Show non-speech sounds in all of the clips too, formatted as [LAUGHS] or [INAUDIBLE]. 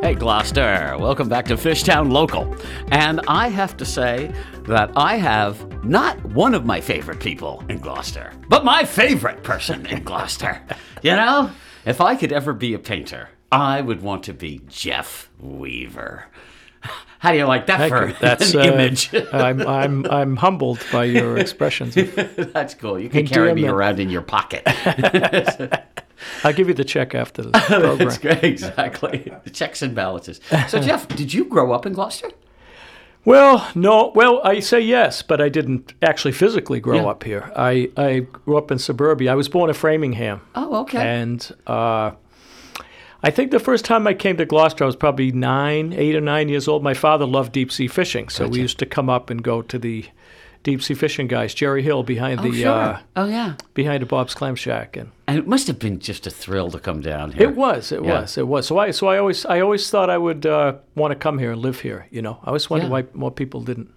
Gloucester. Welcome back to Fishtown Local. And I have to say that I have not one of my favorite people in Gloucester, but my favorite person in [LAUGHS] Gloucester. You know, if I could ever be a painter, I would want to be Jeff Weaver. [LAUGHS] How do you [LAUGHS] like that for Heck, that's an uh, image? [LAUGHS] I'm I'm I'm humbled [LAUGHS] by your expressions. that's cool. You can carry me endearment. around in your [LAUGHS] pocket. I'll give you the [LAUGHS] check after the program. That's great. Exactly. Checks and balances. So, Jeff, did you grow up in Gloucester? Well, no. Well, I say yes, but I didn't actually physically grow Yeah. up here. I I grew up in suburbia. I was born in Framingham, Oh, okay. and uh, I think the first time I came to Gloucester, I was probably nine, eight or nine years old. My father loved deep sea fishing, so we used to come up and go to the deep sea fishing guys, Jerry Hill behind oh, the sure. uh, oh, yeah. behind the Bob's Clam Shack, and And it must have been just a thrill to come down here. It was. It Yeah. was. It was. So I. So I always. I always thought I would uh, want to come here and live here. You know. I always wondered Yeah. why more people didn't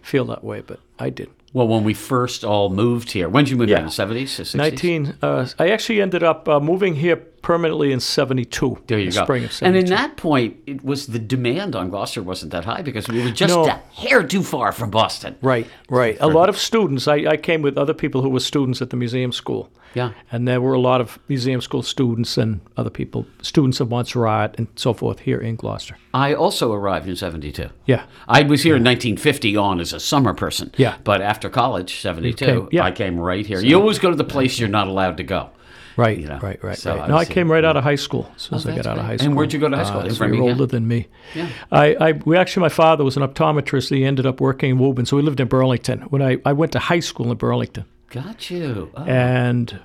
feel that way, but I did. Well, when we first all moved here, when did you move here? In the 70s? Or 60s? Nineteen. Uh, I actually ended up uh, moving here permanently in '72. There you the go. Spring of and in '72. that point, it was the demand on Gloucester wasn't that high because we were just No. a hair too far from Boston. Right, right. A lot of students. I, I came with other people who were students at the museum school. Yeah. And there were a lot of museum school students and other people, students of Montserrat and so forth here in Gloucester. I also arrived in 72. Yeah. I was here in 1950 on as a summer person. Yeah. But after college, 72, came- yeah. I came right here. You always go to the place you're not allowed to go. Right, know, right, right, so right. No, I obviously- came right out of high school as soon as I Oh, that's got out of great. high And school. where'd you go to high school? In Uh, so you're Framingham? older than me. Yeah. I, I, we actually, my father was an optometrist. He ended up working in Woburn, so we lived in Burlington. When I, I went to high school in Burlington Got you. Oh, and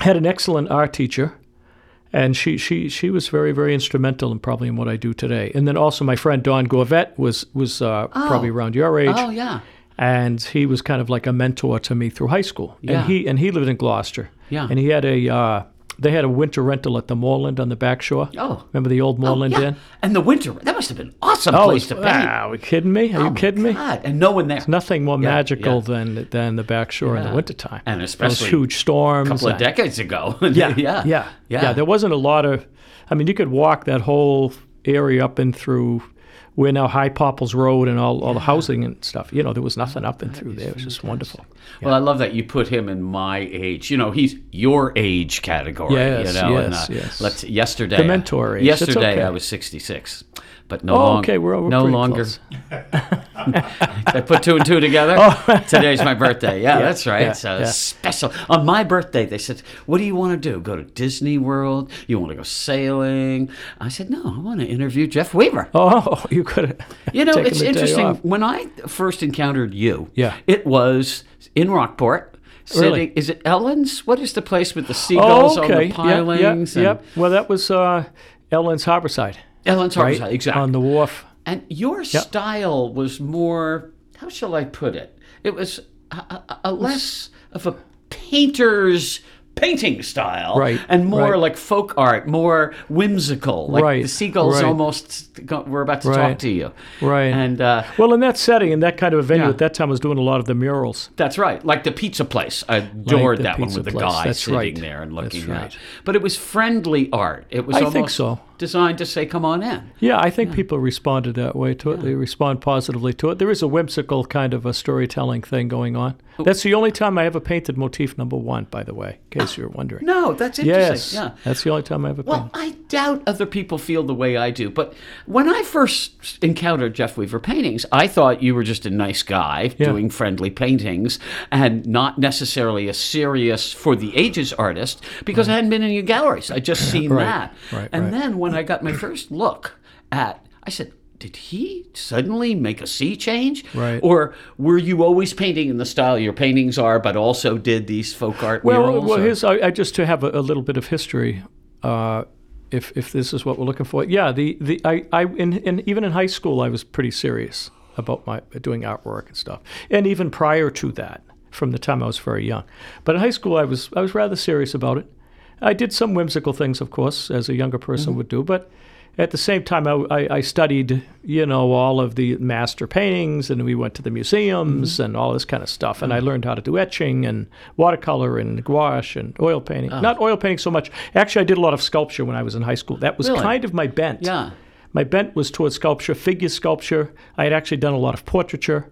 had an excellent art teacher, and she, she, she was very, very instrumental in probably in what I do today. And then also my friend Don Gorvet was was uh, probably around your age oh yeah. and he was kind of like a mentor to me through high school. Yeah. And he and he lived in Gloucester. Yeah. And he had a uh, they had a winter rental at the moorland on the back shore. Oh. Remember the old moorland yeah. inn? And the winter, that must have been an awesome Oh, place to paint. ah, are you kidding me? Are you kidding me? Oh God, and no one there. Nothing more magical yeah. than than the back shore in Yeah. the wintertime. And those especially huge storms. couple of and- decades ago. [LAUGHS] yeah, yeah, yeah, yeah. There wasn't a lot of. I mean, you could walk that whole area up and through. We're now High Popples Road and all, all the housing and stuff. You know, there was nothing up and through there. It was just wonderful. Well, I love that you put him in my age. You know, he's your age category. Yes, you know, and, uh, yes, yes. Let's yesterday. The mentor age. It's Yesterday okay. I was 66, but no Oh, long- okay, we're- we're no pretty longer. close. [LAUGHS] I put two and two together. [LAUGHS] Today's my birthday. Yeah, that's right. Oh. yeah, so yeah. special. On my birthday, they said, "What do you want to do? Go to Disney World? You want to go sailing?" I said, "No, I want to interview Jeff Weaver." Oh, [LAUGHS] you could. [LAUGHS] You know, it's interesting. When I first encountered you, Yeah. it was in Rockport. Sitting, Really? Is it Ellen's? What is the place with the seagulls Oh, okay. on the pilings? Yeah, yeah, and- yep. Well, that was uh, Ellen's Harborside, Ellen's right? Harbor, exactly. On the wharf. and your style was more, how shall I put it? It was a, a, a less of a painter's painting style Right, and more right. like folk art, more whimsical. Like the Right, seagulls right. almost got, were about to talk Right, to you. right. And uh, Well, in that setting, in that kind of a venue Yeah. at that time, I was doing a lot of the murals. That's right. Like the pizza place. I adored the that one pizza with the place. guy That's sitting right. there and That's looking out. right. But it was friendly art. It was I almost think so. designed to say, come on in. Yeah, I think people responded that way to it. They respond positively to it. There is a whimsical kind of a storytelling thing going on. That's the only time I ever painted motif number one, by the way, in case you were wondering. No, that's interesting. yes, Yeah. that's the only time I ever painted. Well, I doubt other people feel the way I do. But when I first encountered Jeff Weaver paintings, I thought you were just a nice guy doing friendly paintings and not necessarily a serious for the ages artist because I hadn't been in your galleries. I'd [LAUGHS] just seen Right, that. right, and right. then when I got my first look at, I said, did he suddenly make a sea change? Right. Or were you always painting in the style your paintings are, but also did these folk art Well, murals? well or- here's I, I just to have a, a little bit of history, uh, if if this is what we're looking for. Yeah, the the I I in, in even in high school I was pretty serious about my doing artwork and stuff, and even prior to that, from the time I was very young. But in high school I was I was rather serious about it. I did some whimsical things, of course, as a younger Mm-hmm. person would do, but. At the same time, I, I, I studied, you know, all of the master paintings, and we went to the museums Mm-hmm. and all this kind of stuff. And Mm. I learned how to do etching and watercolor and gouache and oil Ah. painting. Not oil painting so much. Actually, I did a lot of sculpture when I was in high school. That was Really? kind of my bent. Yeah. My bent was towards sculpture, figure sculpture. I had actually done a lot of portraiture.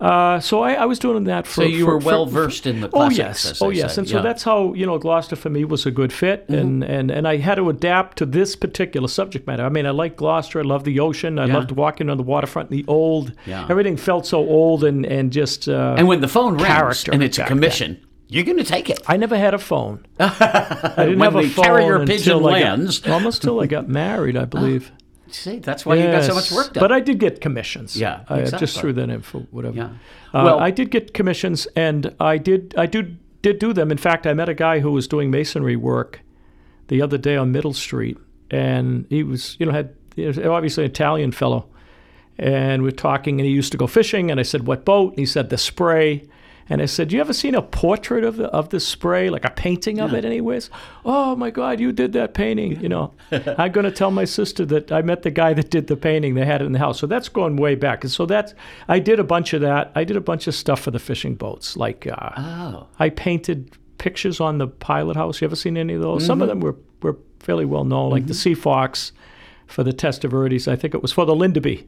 Uh, so I, I was doing that So for. you for- were for- well versed in the Oh classics. yes, as oh they yes, say. and so Yeah. that's how you know Gloucester for me was a good fit, Mm-hmm. and, and and I had to adapt to this particular subject matter. I mean, I like Gloucester, I loved the ocean, I Yeah. loved walking on the waterfront, the old, Yeah. everything felt so old and and just. Uh, And when the phone rings character and it's a back then. commission, you're going to take it. I never had a [LAUGHS] phone. I didn't When have a the phone carrier until pigeon I got- lands. Ah. almost till I got [LAUGHS] married, I believe. See, that's why you got so much Yes, work done. But I did get commissions. Yeah, I just exactly. threw that in for whatever. Yeah. Uh, Well- I did get commissions, and I did I did did do them. In fact, I met a guy who was doing masonry work the other day on Middle Street, and he was you know had he was obviously an Italian fellow, and we're talking, and he used to go fishing, and I said what boat, and he said the Spray. And I said, "You ever seen a portrait of the of the spray, like a painting of it, anyways?" Oh my God, you did that painting! You know, I'm going to tell my sister that I met the guy that did the painting. They had it in the house, so that's going way back. And so that's I did a bunch of that. I did a bunch of stuff for the fishing boats, like uh, oh, I painted pictures on the pilot house. You ever seen any of those? Some of Mm-hmm. them were, were fairly well known, like the Sea Fox for the Testaverdes. I think it was for the Lindaby.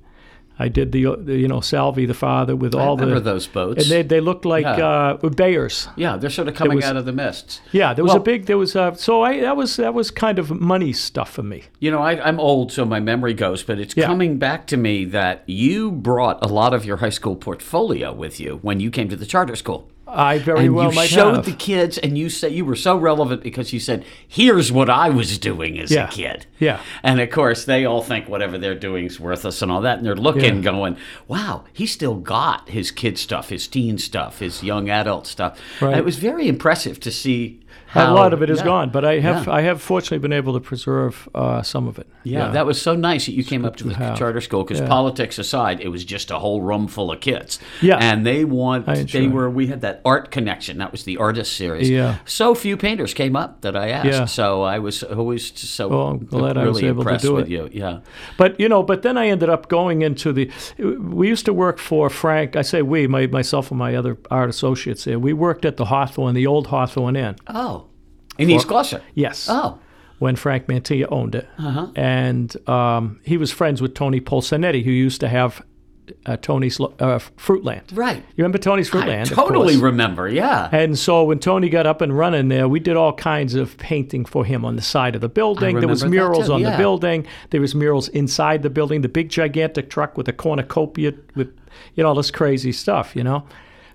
I did the, uh, the, you know Salvi the father with all Oh, remember the those boats. and they they looked like Yeah. uh, Bayers. yeah, they're sort of coming was- out of the mists. Yeah, there was Well- a big there was a so I that was that was kind of money stuff for me. You know, I, I'm old, so my memory goes, but it's Yeah. coming back to me that you brought a lot of your high school portfolio with you when you came to the charter school. I very And well you might showed have. the kids, and you said you were so relevant because you said, "Here's what I was doing as Yeah. a kid." Yeah. And of course, they all think whatever they're doing's worthless and all that, and they're looking, going, "Wow, he still got his kid stuff, his teen stuff, his young adult stuff." And Right. it was very impressive to see how a lot of it is yeah. gone, but I have Yeah. I have fortunately been able to preserve uh, some of it. Yeah, that was so nice that you came up to the have. charter school because politics aside, it was just a whole room full of kids. Yeah. and they want enjoy they it. were we had that art connection that was the artist series. Yeah. so few painters came up that I asked. Yeah. so I was always just so Well, I'm glad really I was able to impressed do with it. you. Yeah, But you know, but then I ended up going into the. We used to work for Frank. I say we, my, myself and my other art associates there. We worked at the Hawthorne, the old Hawthorne Inn. oh, in East Gloucester. Yes. Oh, Uh-huh. When Frank Mantilla owned it, and um, he was friends with Tony Polsanetti, who used to have uh, Tony's uh, Fruitland. right. You remember Tony's Fruitland? I Of totally course. remember. Yeah. And so when Tony got up and running there, we did all kinds of painting for him on the side of the building. There was remember that murals too, on yeah. the building. There was murals inside the building. The big gigantic truck with a cornucopia with you know all this crazy stuff. You know,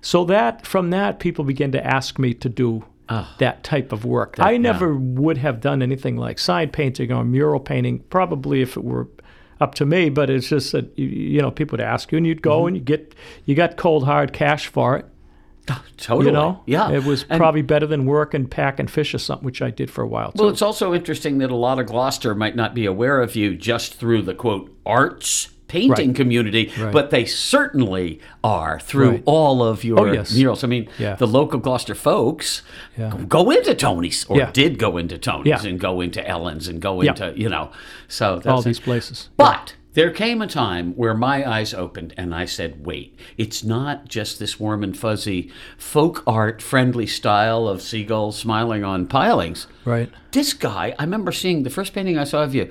so that from that people began to ask me to do. that type of work. I never would have done anything like side painting or mural painting, probably if it were up to me. But it's just that you- you know people would ask you, and you'd go and you get you got cold hard cash for it. totally. You know? Yeah. It was And- probably better than work and pack and fish or something, which I did for a while too. Well, it's also interesting that a lot of Gloucester might not be aware of you just through the quote arts painting Right. community, but they certainly are through Right. Oh, all of your yes. murals. I mean, Yeah. the local Gloucester folks Yeah. go into Tony's or Yeah. did go into Tony's Yeah. and go into Ellen's and go Yeah. into, you know, so that's all these places. but there came a time where my eyes opened and I said, wait, it's not just this warm and fuzzy folk art friendly style of seagulls smiling on pilings. Right. This guy, I remember seeing the first painting I saw of you,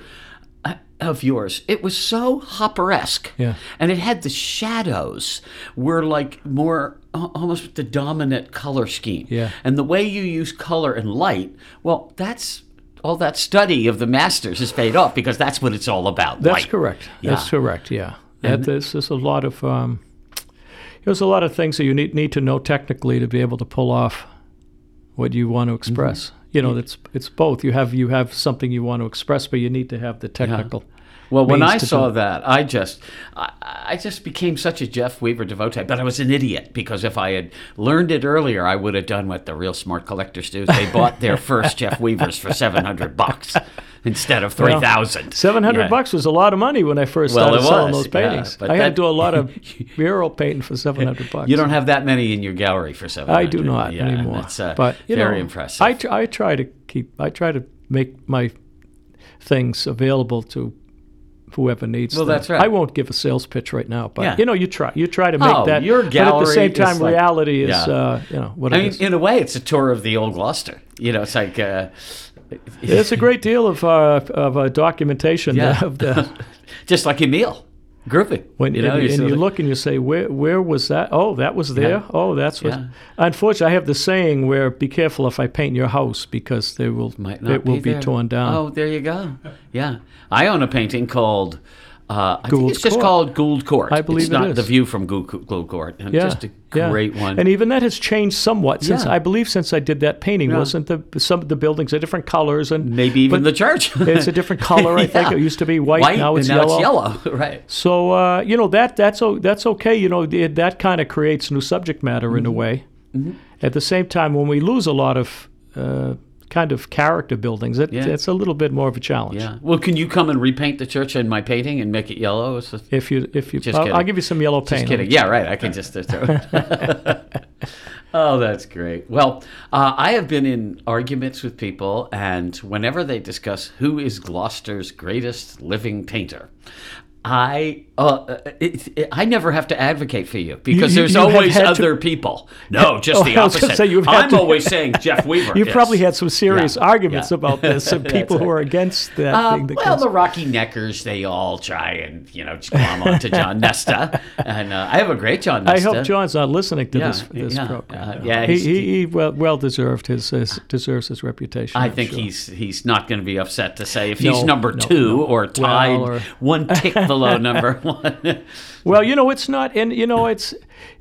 uh, of yours. It was so Hopper-esque, Yeah. and it had the shadows were like more al- almost the dominant color scheme, Yeah. And the way you use color and light, well, that's all that study of the masters has paid off because that's what it's all about. That's light. correct. That's correct, yeah. That, there's, there's a lot of um, there's a lot of things that you need, need to know technically to be able to pull off what you want to Mm-hmm. express. You know, it's it's both. You have you have something you want to express, but you need to have the technical. Well, when means I to saw that, I just, I, I just became such a Jeff Weaver devotee. But I was an idiot because if I had learned it earlier, I would have done what the real smart collectors do. They bought [LAUGHS] their first Jeff Weavers for seven hundred bucks instead of three thousand. Seven hundred bucks was a lot of money when I first Well, started it selling was, those paintings. yeah, but I had that- to do a lot [LAUGHS] of mural painting for seven hundred bucks. You don't have that many in your gallery for seven I hundred. do not Uh, yeah, anymore. That's uh, but you very know, impressive. I, tr- I try to keep. I try to make my things available to whoever needs Well, them. that's right. I won't give a sales pitch right now, but Yeah. you know, you try. You try to make Oh, that. your but at the gallery same is time, like- reality is Yeah. uh, you know what I it mean, is. in a way, it's a tour of the old Gloucester. You know, it's like uh, There's a great deal of uh, of uh, documentation Yeah. of [LAUGHS] the [LAUGHS] Just like Emil, grouping. when you, and, you're and sort you of- look and you say where where was that? Oh, that was there. Oh, that's what. Yeah. Unfortunately, I have the saying where be careful if I paint your house because they will might not it will be there. torn down. Oh, there you go. Yeah, I own a painting called. Uh, I think Gould it's just Court. called Gould Court. I believe it's it not is. the view from Gould, Gould Court. And Yeah, just a yeah. great one. And even that has changed somewhat since Yeah. I believe since I did that painting. Yeah. Wasn't the some of the buildings are different colors and Maybe even but the church. it's [LAUGHS] a different color. I think Yeah. it used to be white, now it's and yellow. it's yellow. [LAUGHS] right. So uh, you know that that's o- that's okay. You know it, that kind of creates new subject matter in Mm-hmm. a way. At the same time, when we lose a lot of uh, kind of character buildings, it, Yeah. it's a little bit more of a challenge. Yeah. Well, can you come and repaint the church in my painting and make it yellow? It's just, If you if you, Just I'll, I'll kidding. give you some yellow paint. just kidding. Yeah, right. I can just uh, throw it. [LAUGHS] oh, that's great. Well, uh, I have been in arguments with people, and whenever they discuss who is Gloucester's greatest living painter, I uh, it, it- I never have to advocate for you because you- there's you have always had to- other people. No, just [LAUGHS] Oh, the I was gonna opposite. say, you've had I'm to- [LAUGHS] always saying Jeff Weaver. You've is. probably had some serious Yeah. [LAUGHS] arguments Yeah. about this, and people who are against that Um, thing. That well, comes- the Rocky Neckers, they all try and, you know, just glom onto John [LAUGHS] Nesta. And uh, I have a great John I Nesta. hope John's not listening to uh, Yeah, this this yeah, program. uh, yeah, he, he's- he, he well, well deserved his, his deserves his reputation. I I'm think sure. he's he's not going to be upset to say if he's No, number no, two no. or tied or- one tick [LAUGHS] below number one. Well, you know, it's not, and you know, it's,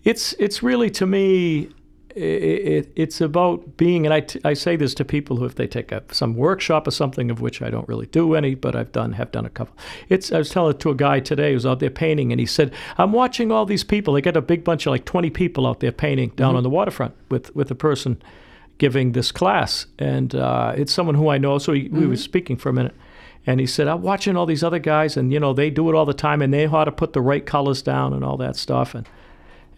it's, it's really to me, i it, it's about being, and I, t- I say this to people who, if they take a, some workshop or something of which I don't really do any, but I've done, have done a couple. It's, I was telling it to a guy today who's out there painting, and he said, I'm watching all these people. They got a big bunch of like 20 people out there painting Mm-hmm. down on the waterfront with, with a person giving this class, and uh, it's someone who I know. So he, Mm-hmm. we were speaking for a minute, and he said, "I'm watching all these other guys, and you know they do it all the time, and they know how to put the right colors down and all that stuff." And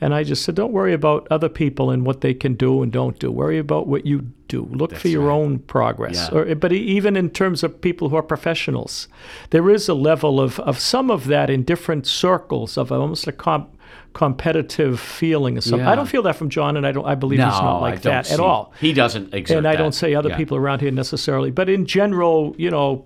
and I just said, "Don't worry about other people and what they can do and don't do. Worry about what you do. Look for your own progress." Yeah. Or, but e- even in terms of people who are professionals, there is a level of, of some of that in different circles of almost a comp, competitive feeling. Or something. Yeah. I don't feel that from John, and I don't. I believe no, he's not I like don't that see- at all. He doesn't exert And I don't that. say other Yeah. people around here necessarily, but in general, you know,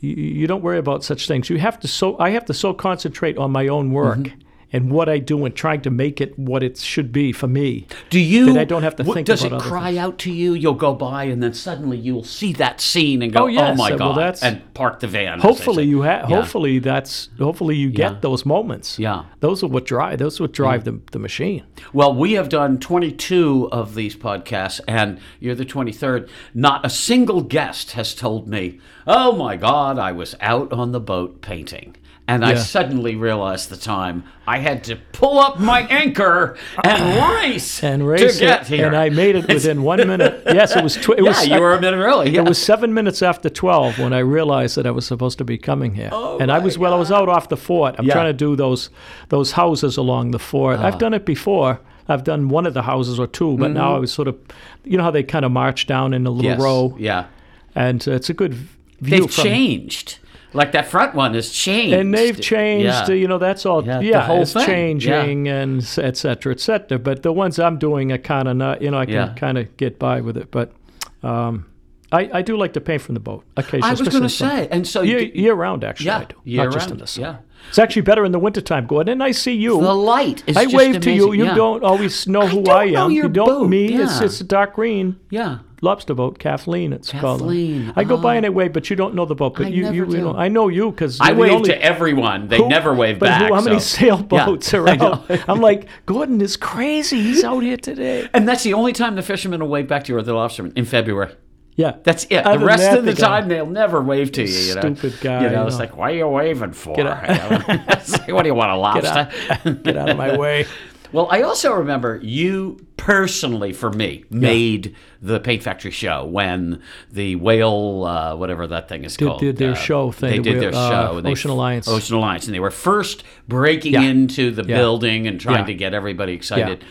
you, you don't worry about such things. You have to so I have to so concentrate on my own work Mm-hmm. and what I do and trying to make it what it should be for me. Do you? that I don't have to what- think Does about it other cry out to you? You'll go by, and then suddenly you'll see that scene and go, Oh, yes. my Well, god!" that's- and park the van. as they Hopefully say. you have. Yeah. Hopefully that's. Hopefully you get Yeah. those moments. Yeah. Mm. those are what drive. Those are what drive the, the machine. Well, we have done 22 of these podcasts, and you're the 23rd. Not a single guest has told me, oh my God, I was out on the boat painting. And I Yeah. suddenly realized the time I had to pull up my anchor and race And race to get it, here. and I made [LAUGHS] it within one minute. Yes, it was. Tw- it yeah, was you were a minute early. Yeah. It was seven minutes after twelve when I realized that I was supposed to be coming here, Oh and I was well. I was out off the fort. I'm Yeah. Ah. trying to do those those houses along the fort. I've done it before. I've done one of the houses or two, but Mm-hmm. now I was sort of, you know how they kind of march down in a little Yes, row, Yeah. and uh, it's a good v- view. They've from- changed. Like that front one has changed. and they've changed. Yeah. uh, You know, that's all. Yeah, Yeah, the whole it's thing, yeah. changing and s- et cetera, et cetera. But the ones I'm doing, I kind of not. You know, I can Yeah. kind of get by with it. But um, I, I do like to paint from the boat occasionally. I was especially going to in summer. say. And so year, you- year round actually. Yeah, I do, year not just in round, the summer. yeah. It's actually better in the wintertime, Gordon. And I see you. the light is I just wave to you. amazing. You Yeah. don't always know who don't I am. know your you don't boat, me. It's yeah. it's a dark green Yeah. lobster boat, Kathleen. It's called. Kathleen, oh. I go by and I wave, but you don't know the boat. But I you never you, do. you know, I know you because I wave only, to everyone. They who- never wave but back. Who, how many so- sailboats Yeah, are [LAUGHS] I know. out? I'm like, Gordon is crazy. He's out [LAUGHS] here today. And that's the only time the fishermen will wave back to you or the lobstermen in February. Yeah, That's it. Other the than rest that, of the they go, time, they'll never wave to you. you know? Stupid guy, You know, I it's know. like, why are you waving for? Get out. You know? [LAUGHS] It's like, what do you want, a lobster? [LAUGHS] Get out of [LAUGHS] my way. Well, I also remember you personally, for me, made the Paint Factory show when the whale, uh, whatever that thing is called, did their uh, show thing They did with, their uh, show. and they- Ocean Alliance. Ocean Alliance, and they were first breaking into the building and trying Yeah. to get everybody excited.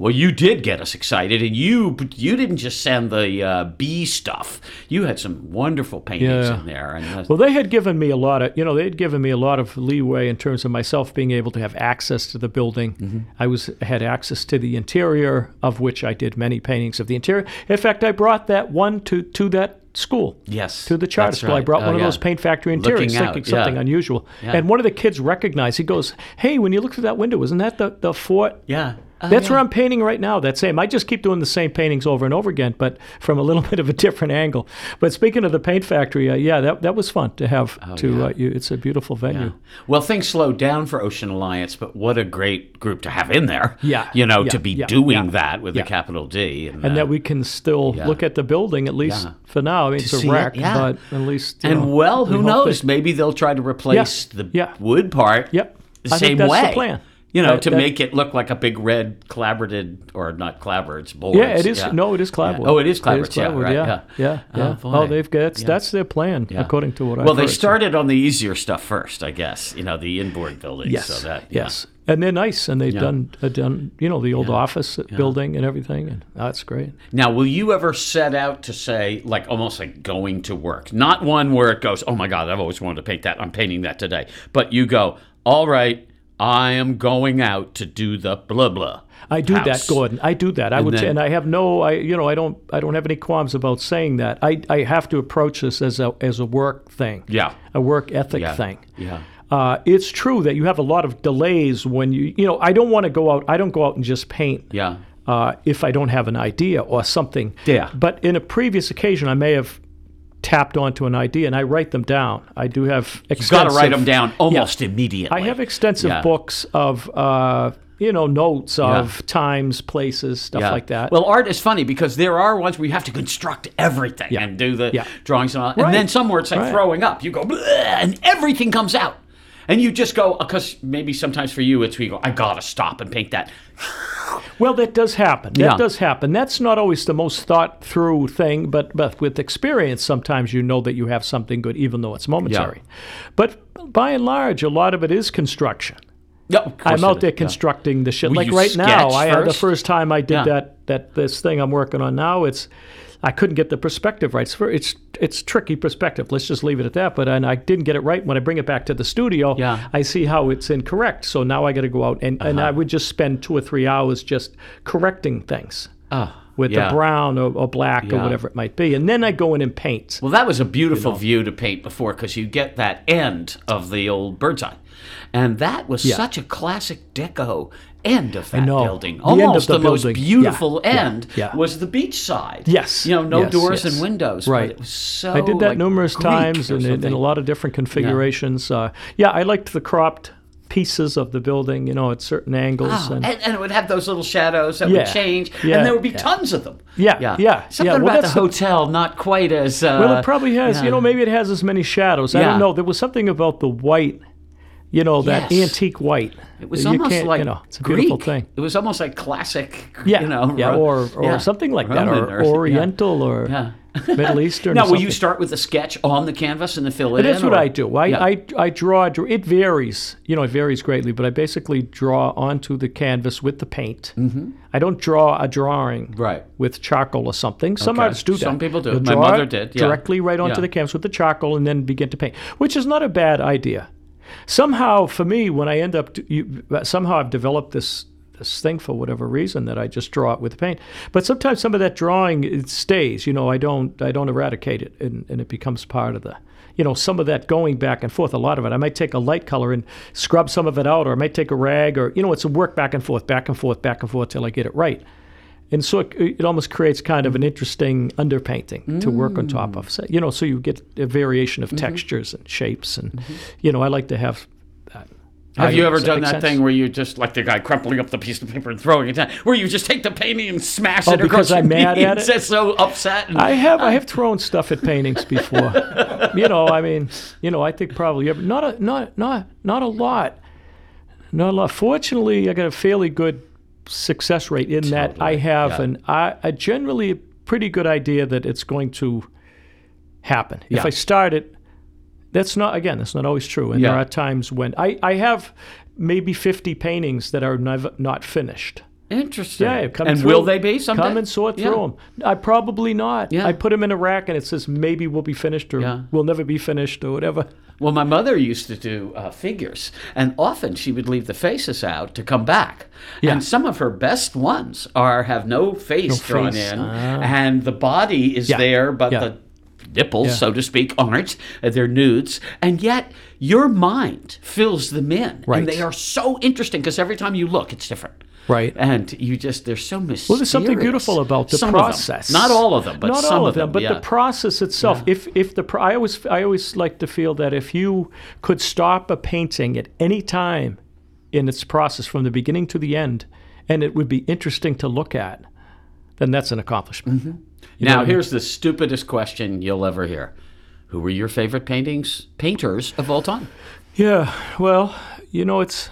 Well, you did get us excited, and you you didn't just send the uh, bee stuff. You had some wonderful paintings Yeah. in there, and uh, Well, they had given me a lot of, you know, they had given me a lot of leeway in terms of myself being able to have access to the building. Mm-hmm. I was had access to the interior, of which I did many paintings of the interior. In fact, I brought that one to to that school. Yes, To the charter that's school, I right. brought Oh, one of yeah. those paint factory interiors, Looking out, thinking something yeah. unusual. And one of the kids recognized. He goes, "Hey, when you look through that window, isn't that the the fort?" yeah, Oh, That's yeah. where I'm painting right now. That same. I just keep doing the same paintings over and over again, but from a little [LAUGHS] bit of a different angle. But speaking of the paint factory, uh, yeah, that that was fun to have. Oh, to uh, you, it's a beautiful venue. Well, things slowed down for Ocean Alliance, but what a great group to have in there. Yeah, You know, yeah, to be yeah, doing yeah, that with yeah. a capital D. And, And uh, that we can still look at the building at least Yeah. for now. I mean, it's see a it, wreck, yeah. but at least. you and know, well, who we hope knows? that- Maybe they'll try to replace the yeah. wood part Yep. the I think same that's way. the plan. You know, That- to that- make it look like a big red clabbered or not clabbered board. Yeah, it is. No, it is clapboard. Oh, it is clabbered. Yeah, clapboard. right, yeah, yeah. Oh, yeah. boy. Oh, they've got that's, that's their plan, according to what I. Well, they started on the easier stuff first, I guess. You know, the inboard buildings. Yes. So that, yeah. yes. And they're nice, and they've done uh, done you know the old office building and everything, and that's great. Now, will you ever set out to say, like, almost like going to work? Not one where it goes, oh my God, I've always wanted to paint that. I'm painting that today. But you go, all right, I am going out to do the blah blah. I do that, house." Gordon. I do that. I would, then- and I have no, I you know, I don't, I don't have any qualms about saying that. I, I have to approach this as a as a work thing, Yeah. a work ethic Yeah. thing. Yeah. Uh, it's true that you have a lot of delays when you, you know, I don't want to go out. I don't go out and just paint. Yeah. Uh, if I don't have an idea or something. Yeah. But in a previous occasion, I may have tapped onto an idea, and I write them down. I do have. You've got to write extensive- them down almost immediately. I have extensive Yeah. books of uh, you know notes of times, places, stuff Yeah. like that. Well, art is funny because there are ones where you have to construct everything and do the Yeah. drawings and all. And Right. then some where it's like Right. throwing up. You go, "Bleh," and everything comes out. And you just go, because maybe sometimes for you, it's we go, I got to stop and paint that. well, that does happen. That Yeah. does happen. That's not always the most thought through thing, but but with experience, sometimes you know that you have something good, even though it's momentary. But by and large, a lot of it is construction. No, of course I'm it out there is. Yeah. constructing the shit. Will like you right now, sketch I had the first? first time I did Yeah. that that this thing I'm working on now. It's I couldn't get the perspective right. It's ver- it's, it's tricky perspective. Let's just leave it at that. But and I didn't get it right. When I bring it back to the studio, Yeah. Uh-huh. I see how it's incorrect. So now I got to go out and, and I would just spend two or three hours just correcting things Oh, with yeah. the brown or, or black or Yeah. whatever it might be, and then I go in and paint. Well, that was a beautiful view to paint before because you get that end of the old bird's eye. And that was such a classic deco end of that know. building. The end of Almost the most building. Yeah, beautiful yeah, end yeah. was the beach side. Yes, You know, no yes, doors yes. and windows. Right. But it was so I did that Oh, like, numerous Greek times or in, in something. a lot of different configurations. Uh, yeah, I liked the cropped pieces of the building, you know, at certain angles. Oh, and, and, and it would have those little shadows that Yeah, would change, yeah, and there would be yeah. tons of them. Yeah, yeah, yeah. Something Well, about the that's the- hotel not quite as. Uh, well, it probably has, you know, maybe it has as many shadows. I Yeah. don't know. There was something about the white, you know, that Yes. antique white. It was You almost can't- like you know, it's a Greek. beautiful thing. It was almost like classic, Yeah, you know, yeah, Ro- or or yeah, something like Roman that, or- or Oriental or Yeah. [LAUGHS] Middle Eastern. Now, or will you something. start with the sketch on the canvas and then fill it in? That's what or- I do. I, Yeah. I, I draw, dr- It varies. You know, it varies greatly, but I basically draw onto the canvas with the paint. Mm-hmm. I don't draw a drawing Right. with charcoal or something. Some Okay. artists do that. Some people do. They'll My draw mother it did, yeah. Directly right onto Yeah. the canvas with the charcoal and then begin to paint, which is not a bad idea. Somehow, for me, when I end up, d- you, somehow I've developed this. This thing for whatever reason that I just draw it with paint, but sometimes some of that drawing it stays. You know, I don't I don't eradicate it, and, and it becomes part of the, you know, some of that going back and forth. A lot of it, I might take a light color and scrub some of it out, or I might take a rag, or you know, it's a work back and forth, back and forth, back and forth till I get it right. And so it, it almost creates kind of an interesting underpainting to work on top of. So, you know, so you get a variation of textures and shapes. And, you know, I like to have. Uh, Have you ever items done make that sense. thing where you just like the guy crumpling up the piece of paper and throwing it down? Where you just take the painting and smash it Oh, across because your I'm mad knee at and [LAUGHS] it? That's so upset. And, [LAUGHS] I [LAUGHS] have I have thrown stuff at paintings before. you know, I mean, you know, I think probably every- not a not not not a lot, not a lot. Fortunately, I got a fairly good success rate in that I Totally, have yeah. an I a generally pretty good idea that it's going to happen. If I start it, that's not again, that's not always true, and Yeah. there are times when I I have maybe 50 paintings that are never, not finished. Interesting. Yeah, come and through. will they be someday? Come and sort Yeah. through them. I probably not. Yeah. I put them in a rack, and it says maybe we'll be finished or Yeah. we'll never be finished or whatever. Well, my mother used to do uh, figures, and often she would leave the faces out to come back. Yeah. And some of her best ones are have no face drawn face. in, Ah. and the body is Yeah. there, but Yeah. the nipples, Yeah. so to speak, aren't. Uh, They're nudes, and yet your mind fills them in, Right. and they are so interesting because every time you look, it's different. Right. And you just they're so mysterious. Well, there's something beautiful about the Some of them. process. Not all of them, but not some all of them. but yeah. the process itself. If if the pro- I always I always like to feel that if you could stop a painting at any time in its process from the beginning to the end, and it would be interesting to look at, then that's an accomplishment. know now what I mean? here's the stupidest question you'll ever hear. Who were your favorite paintings painters of all time? Yeah, well, you know, it's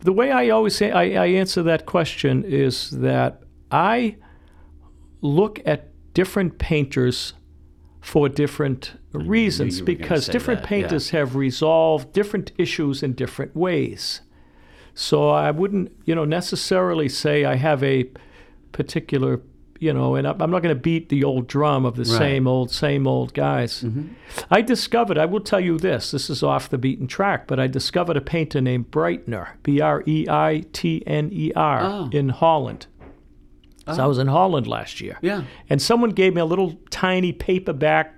the way I always say I, I answer that question is that I look at different painters for different reasons you were gonna because say different that, yeah. painters have resolved different issues in different ways. So I wouldn't, you know, necessarily say I have a particular, you know, and I'm I'm not going to beat the old drum of the same old, same old guys. Mm-hmm. I discovered, I will tell you this, this is off the beaten track, but I discovered a painter named Breitner, B R E I T N E Oh. R, in Holland. So I was in Holland last year. Yeah. And someone gave me a little tiny paperback,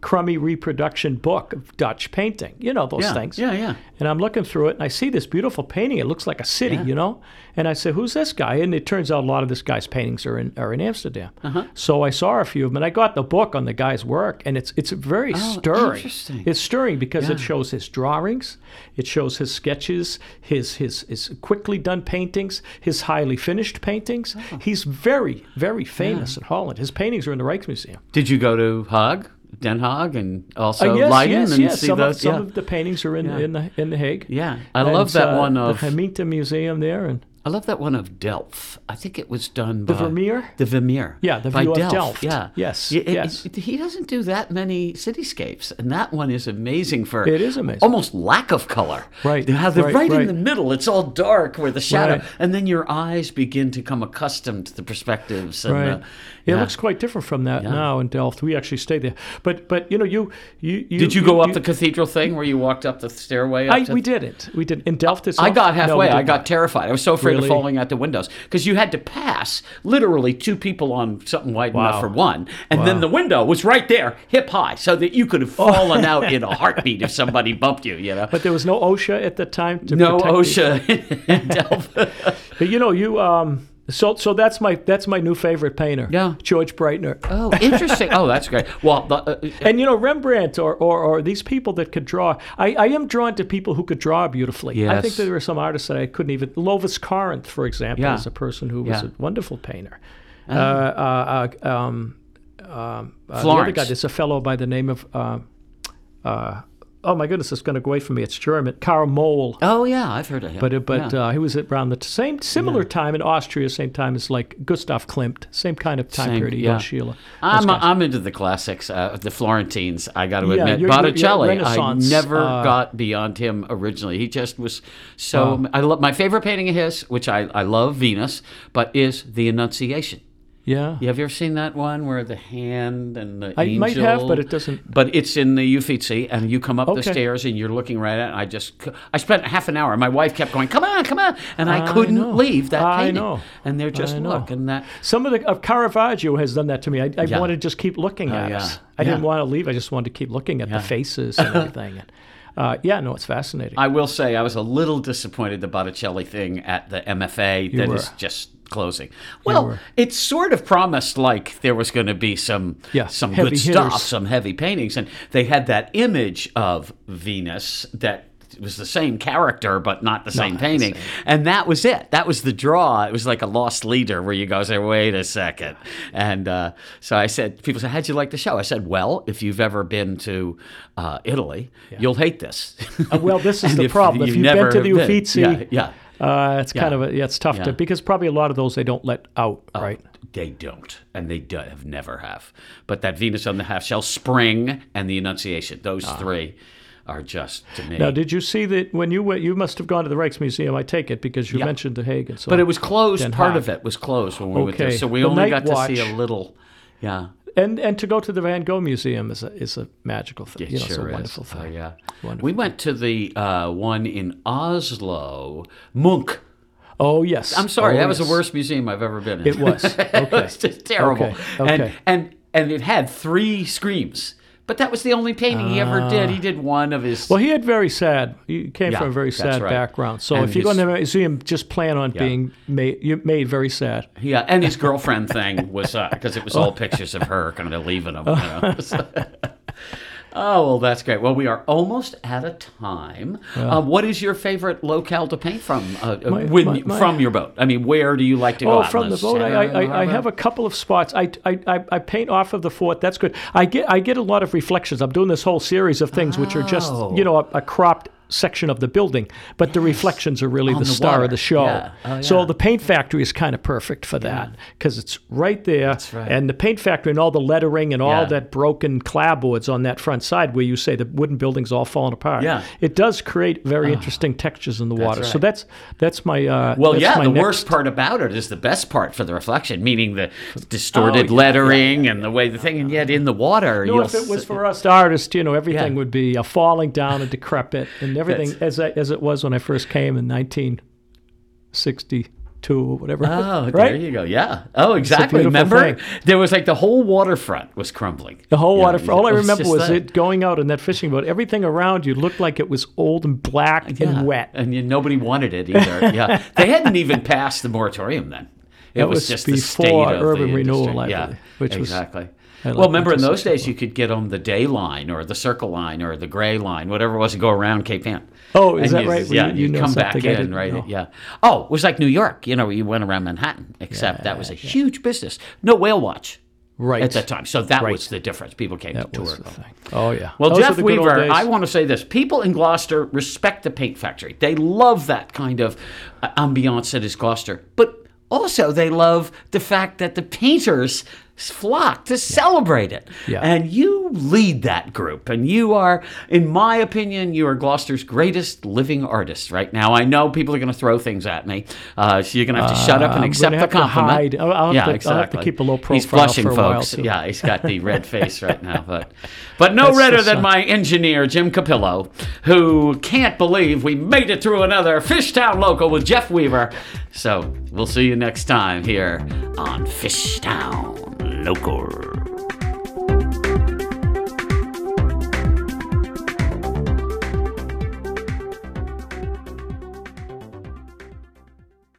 crummy reproduction book of Dutch painting. You know those Yeah. things. Yeah, yeah. And I'm looking through it and I see this beautiful painting. It looks like a city, you know? And I say, Who's this guy? And it turns out a lot of this guy's paintings are in, are in Amsterdam. Uh-huh. So I saw a few of them and I got the book on the guy's work. And it's, it's very stirring. Oh, interesting. It's stirring because it shows his drawings, it shows his sketches, his, his, his quickly done paintings, his highly finished paintings. Oh. He's very, very famous in Holland. His paintings are in the Rijksmuseum. Did you go to Haag, Den Haag, and also Uh, yes, Leiden yes, and yes. see some those? Of, some yeah. of the paintings are in, Yeah. in, the, in The Hague. yeah, I And, love that uh, one of the Hamilton Museum there, and I love that one of Delph. I think it was done by Vermeer? The Vermeer. Yeah, the by view of Delph. Delft. Yeah. Yes, Y- it- yes. it- he doesn't do that many cityscapes, and that one is amazing for It is amazing. Almost lack of color. Right, How they're right, right, in right. the middle. It's all dark where the shadow, Right. and then your eyes begin to come accustomed to the perspectives. And uh, right. The, It looks quite different from that now in Delft. We actually stayed there, but but you know you you, you Did you go up the cathedral thing where you walked up the stairway? Up I, to we didn't. We didn't in Delft. Itself, I got No, we halfway. I did got terrified. I was so afraid Really? of falling out the windows because you had to pass literally two people on something wide enough Wow. Oh. for one, and then the window was right there, hip high, so that you could have fallen out in a [LAUGHS] heartbeat if somebody bumped you. You know, But there was no OSHA at the time. To no protect you. [LAUGHS] OSHA in Delphi. But you know you um. So so that's my that's my new favorite painter. Yeah. George Breitner. Oh, interesting. Oh, that's great. Well, the, uh, And you know Rembrandt or, or, or these people that could draw. I, I am drawn to people who could draw beautifully. I Yes. think that there are some artists that I couldn't even. Lovis Corinth, for example, Yeah. is a person who was Yeah. Uh-huh. a wonderful painter. Uh, uh, uh, um, um, uh, the other Florence. guy, there's a fellow by the name of. Uh, uh, oh my goodness, it's going to go away from me. It's German. Karl Mohl. oh yeah, I've heard of him. But, but Yeah. uh, he was around the same similar time in Austria, same time as like Gustav Klimt, same kind of time Same- period. yeah. Yeah. Sheila. I'm, I'm into the classics, uh, the Florentines. I got to Yeah, admit, you're- you're- you're Botticelli. I Renaissance, never uh, got beyond him originally. He just was so. I love my favorite painting of his, which I, I love Venus, but is the Annunciation. yeah. Have you ever seen that one where the hand and the I angel? might have, but it doesn't- But it's in the Uffizi, and you come up the Okay. stairs, and you're looking right at. it. I just, c- I spent half an hour. My wife kept going, "Come on, come on," and I, I couldn't know. leave that I painting. know. And they're just I know. look, and that Some of the of Caravaggio has done that to me. I, I Yeah. Oh, wanted to just keep looking at yeah. us. I didn't Yeah. want to leave. I just wanted to keep looking at the faces [LAUGHS] and everything. And, uh, yeah, no, it's fascinating. I will say I was a little disappointed the Botticelli thing at the MFA that is were. just closing. Well, were. it sort of promised like there was going to be some Yeah, some heavy good stuff, hitters. some heavy paintings, and they had that image of Venus that was the same character but not the same painting, and that was it. That was the draw. It was like a lost leader where you guys are wait a second, and uh, so I said, people said, how'd you like the show? I said, well, if you've ever been to uh, Italy, you'll hate this. Uh, well, this [LAUGHS] is And the problem. If you've been never to the have been- Uffizi, yeah, yeah, Uh, it's kind of a, yeah, it's tough Yeah. Oh. to because probably a lot of those they don't let out, right? they don't, and they do, have never have. But that Venus on the half shell, spring, and the Annunciation, those three are just to me. Ah. Now, did you see that when you went, you must have gone to the Rijksmuseum, I take it, because you mentioned The Hague and so but on. it was closed. Den Part Haag. of it was closed when we went there, Okay. so we The only got night to see watch. a little. Yeah, and and to go to the Van Gogh Museum is a is a magical thing. it you know, sure it's a is. wonderful thing. Oh, yeah, Wonderful we went to the uh, one in Oslo, Munch. Oh yes. I'm sorry, Oh, that was yes. the worst museum I've ever been in. It [LAUGHS] was. it Okay. was just terrible. Okay, okay. And and and it had three screams, but that was the only painting he ever did. He did one of his. well, he had very sad. He came Yeah, from a very that's sad right. background. So And if you go his- in the museum, just plan on being made you made very sad. yeah, uh, and his girlfriend thing was because it was [LAUGHS] all pictures of her kind of leaving him. You know? [LAUGHS] So- oh well, that's great. Well, we are almost out of time. Uh, what is your favorite locale to paint from? Uh, uh, My- when my- you- my- from your boat? I mean, where do you like to go? Oh, out? from On the boat, I, Sierra, I, the I- I harbor? have a couple of spots. I, I, I, I paint off of the fort. That's good. I get I get a lot of reflections. I'm doing this whole series of things, which are just Oh. you know a, a cropped section of the building, but the reflections are really the, the star water. of the show. Yeah. Oh, yeah. So the paint factory is kind of perfect for that because it's right there, right. and the paint factory and all the lettering and Yeah. all that broken clapboards on that front side where you say the wooden building's all falling apart. Yeah. Ah. it does create very interesting textures in the water. So right. that's that's my uh, Well, that's yeah, my the next worst part about it is the best part for the reflection, meaning the distorted Oh, yeah, lettering and the way the thing, and yet in the water, No, you'll if it was s- for us artists, you know, everything Yeah. would be uh, falling down and [LAUGHS] decrepit and everything That's- as I, as it was when I first came in 1962 or whatever. [LAUGHS] Oh, right? there you go. Yeah. Oh, exactly. beautiful Remember, thing. there was like the whole waterfront was crumbling. The whole Yeah, water. all I it was remember just was that. it going out in that fishing boat. Everything around you looked like it was old and black Yeah. and wet. and you, nobody wanted it [LAUGHS] either. yeah, they hadn't even passed the moratorium then. It That was, was just the before state of the urban renewal, industry. I yeah, believe, which was- exactly. like well, remember in that those days you could get on the day line or the circle line or the gray line, whatever it was, and go around Cape Ann. Oh, is And that you- right? Well, Yeah, you- you would know come back something I in, didn't right? know. Yeah. Oh, it was like New York. You know, you went around Manhattan, except that was a huge business. No whale watch Right. at that time, so that was the difference. People came That to tour. was the them. thing. Oh, yeah. Well, Those are Jeff the good old Weaver, days. I want to say this. People in Gloucester respect the paint factory. They love that kind of uh, ambiance that is Gloucester. But also, they love the fact that the painters flock to celebrate it. Yeah. And you lead that group. And you are, in my opinion, you are Gloucester's greatest living artist right now. I know people are going to throw things at me. Uh, so you're going to have to shut up and I'm Um, gonna accept the have to compliment. hide. I'll- I'll have yeah, to- I'll have to exactly. keep a low He's profile blushing, for a while, folks. too. yeah, he's got the red face right now. [LAUGHS] But, but no That's redder just than a- my engineer, Jim Capillo, who can't believe we made it through another Fishtown Local with Jeff Weaver. So we'll see you next time here on Fishtown Local.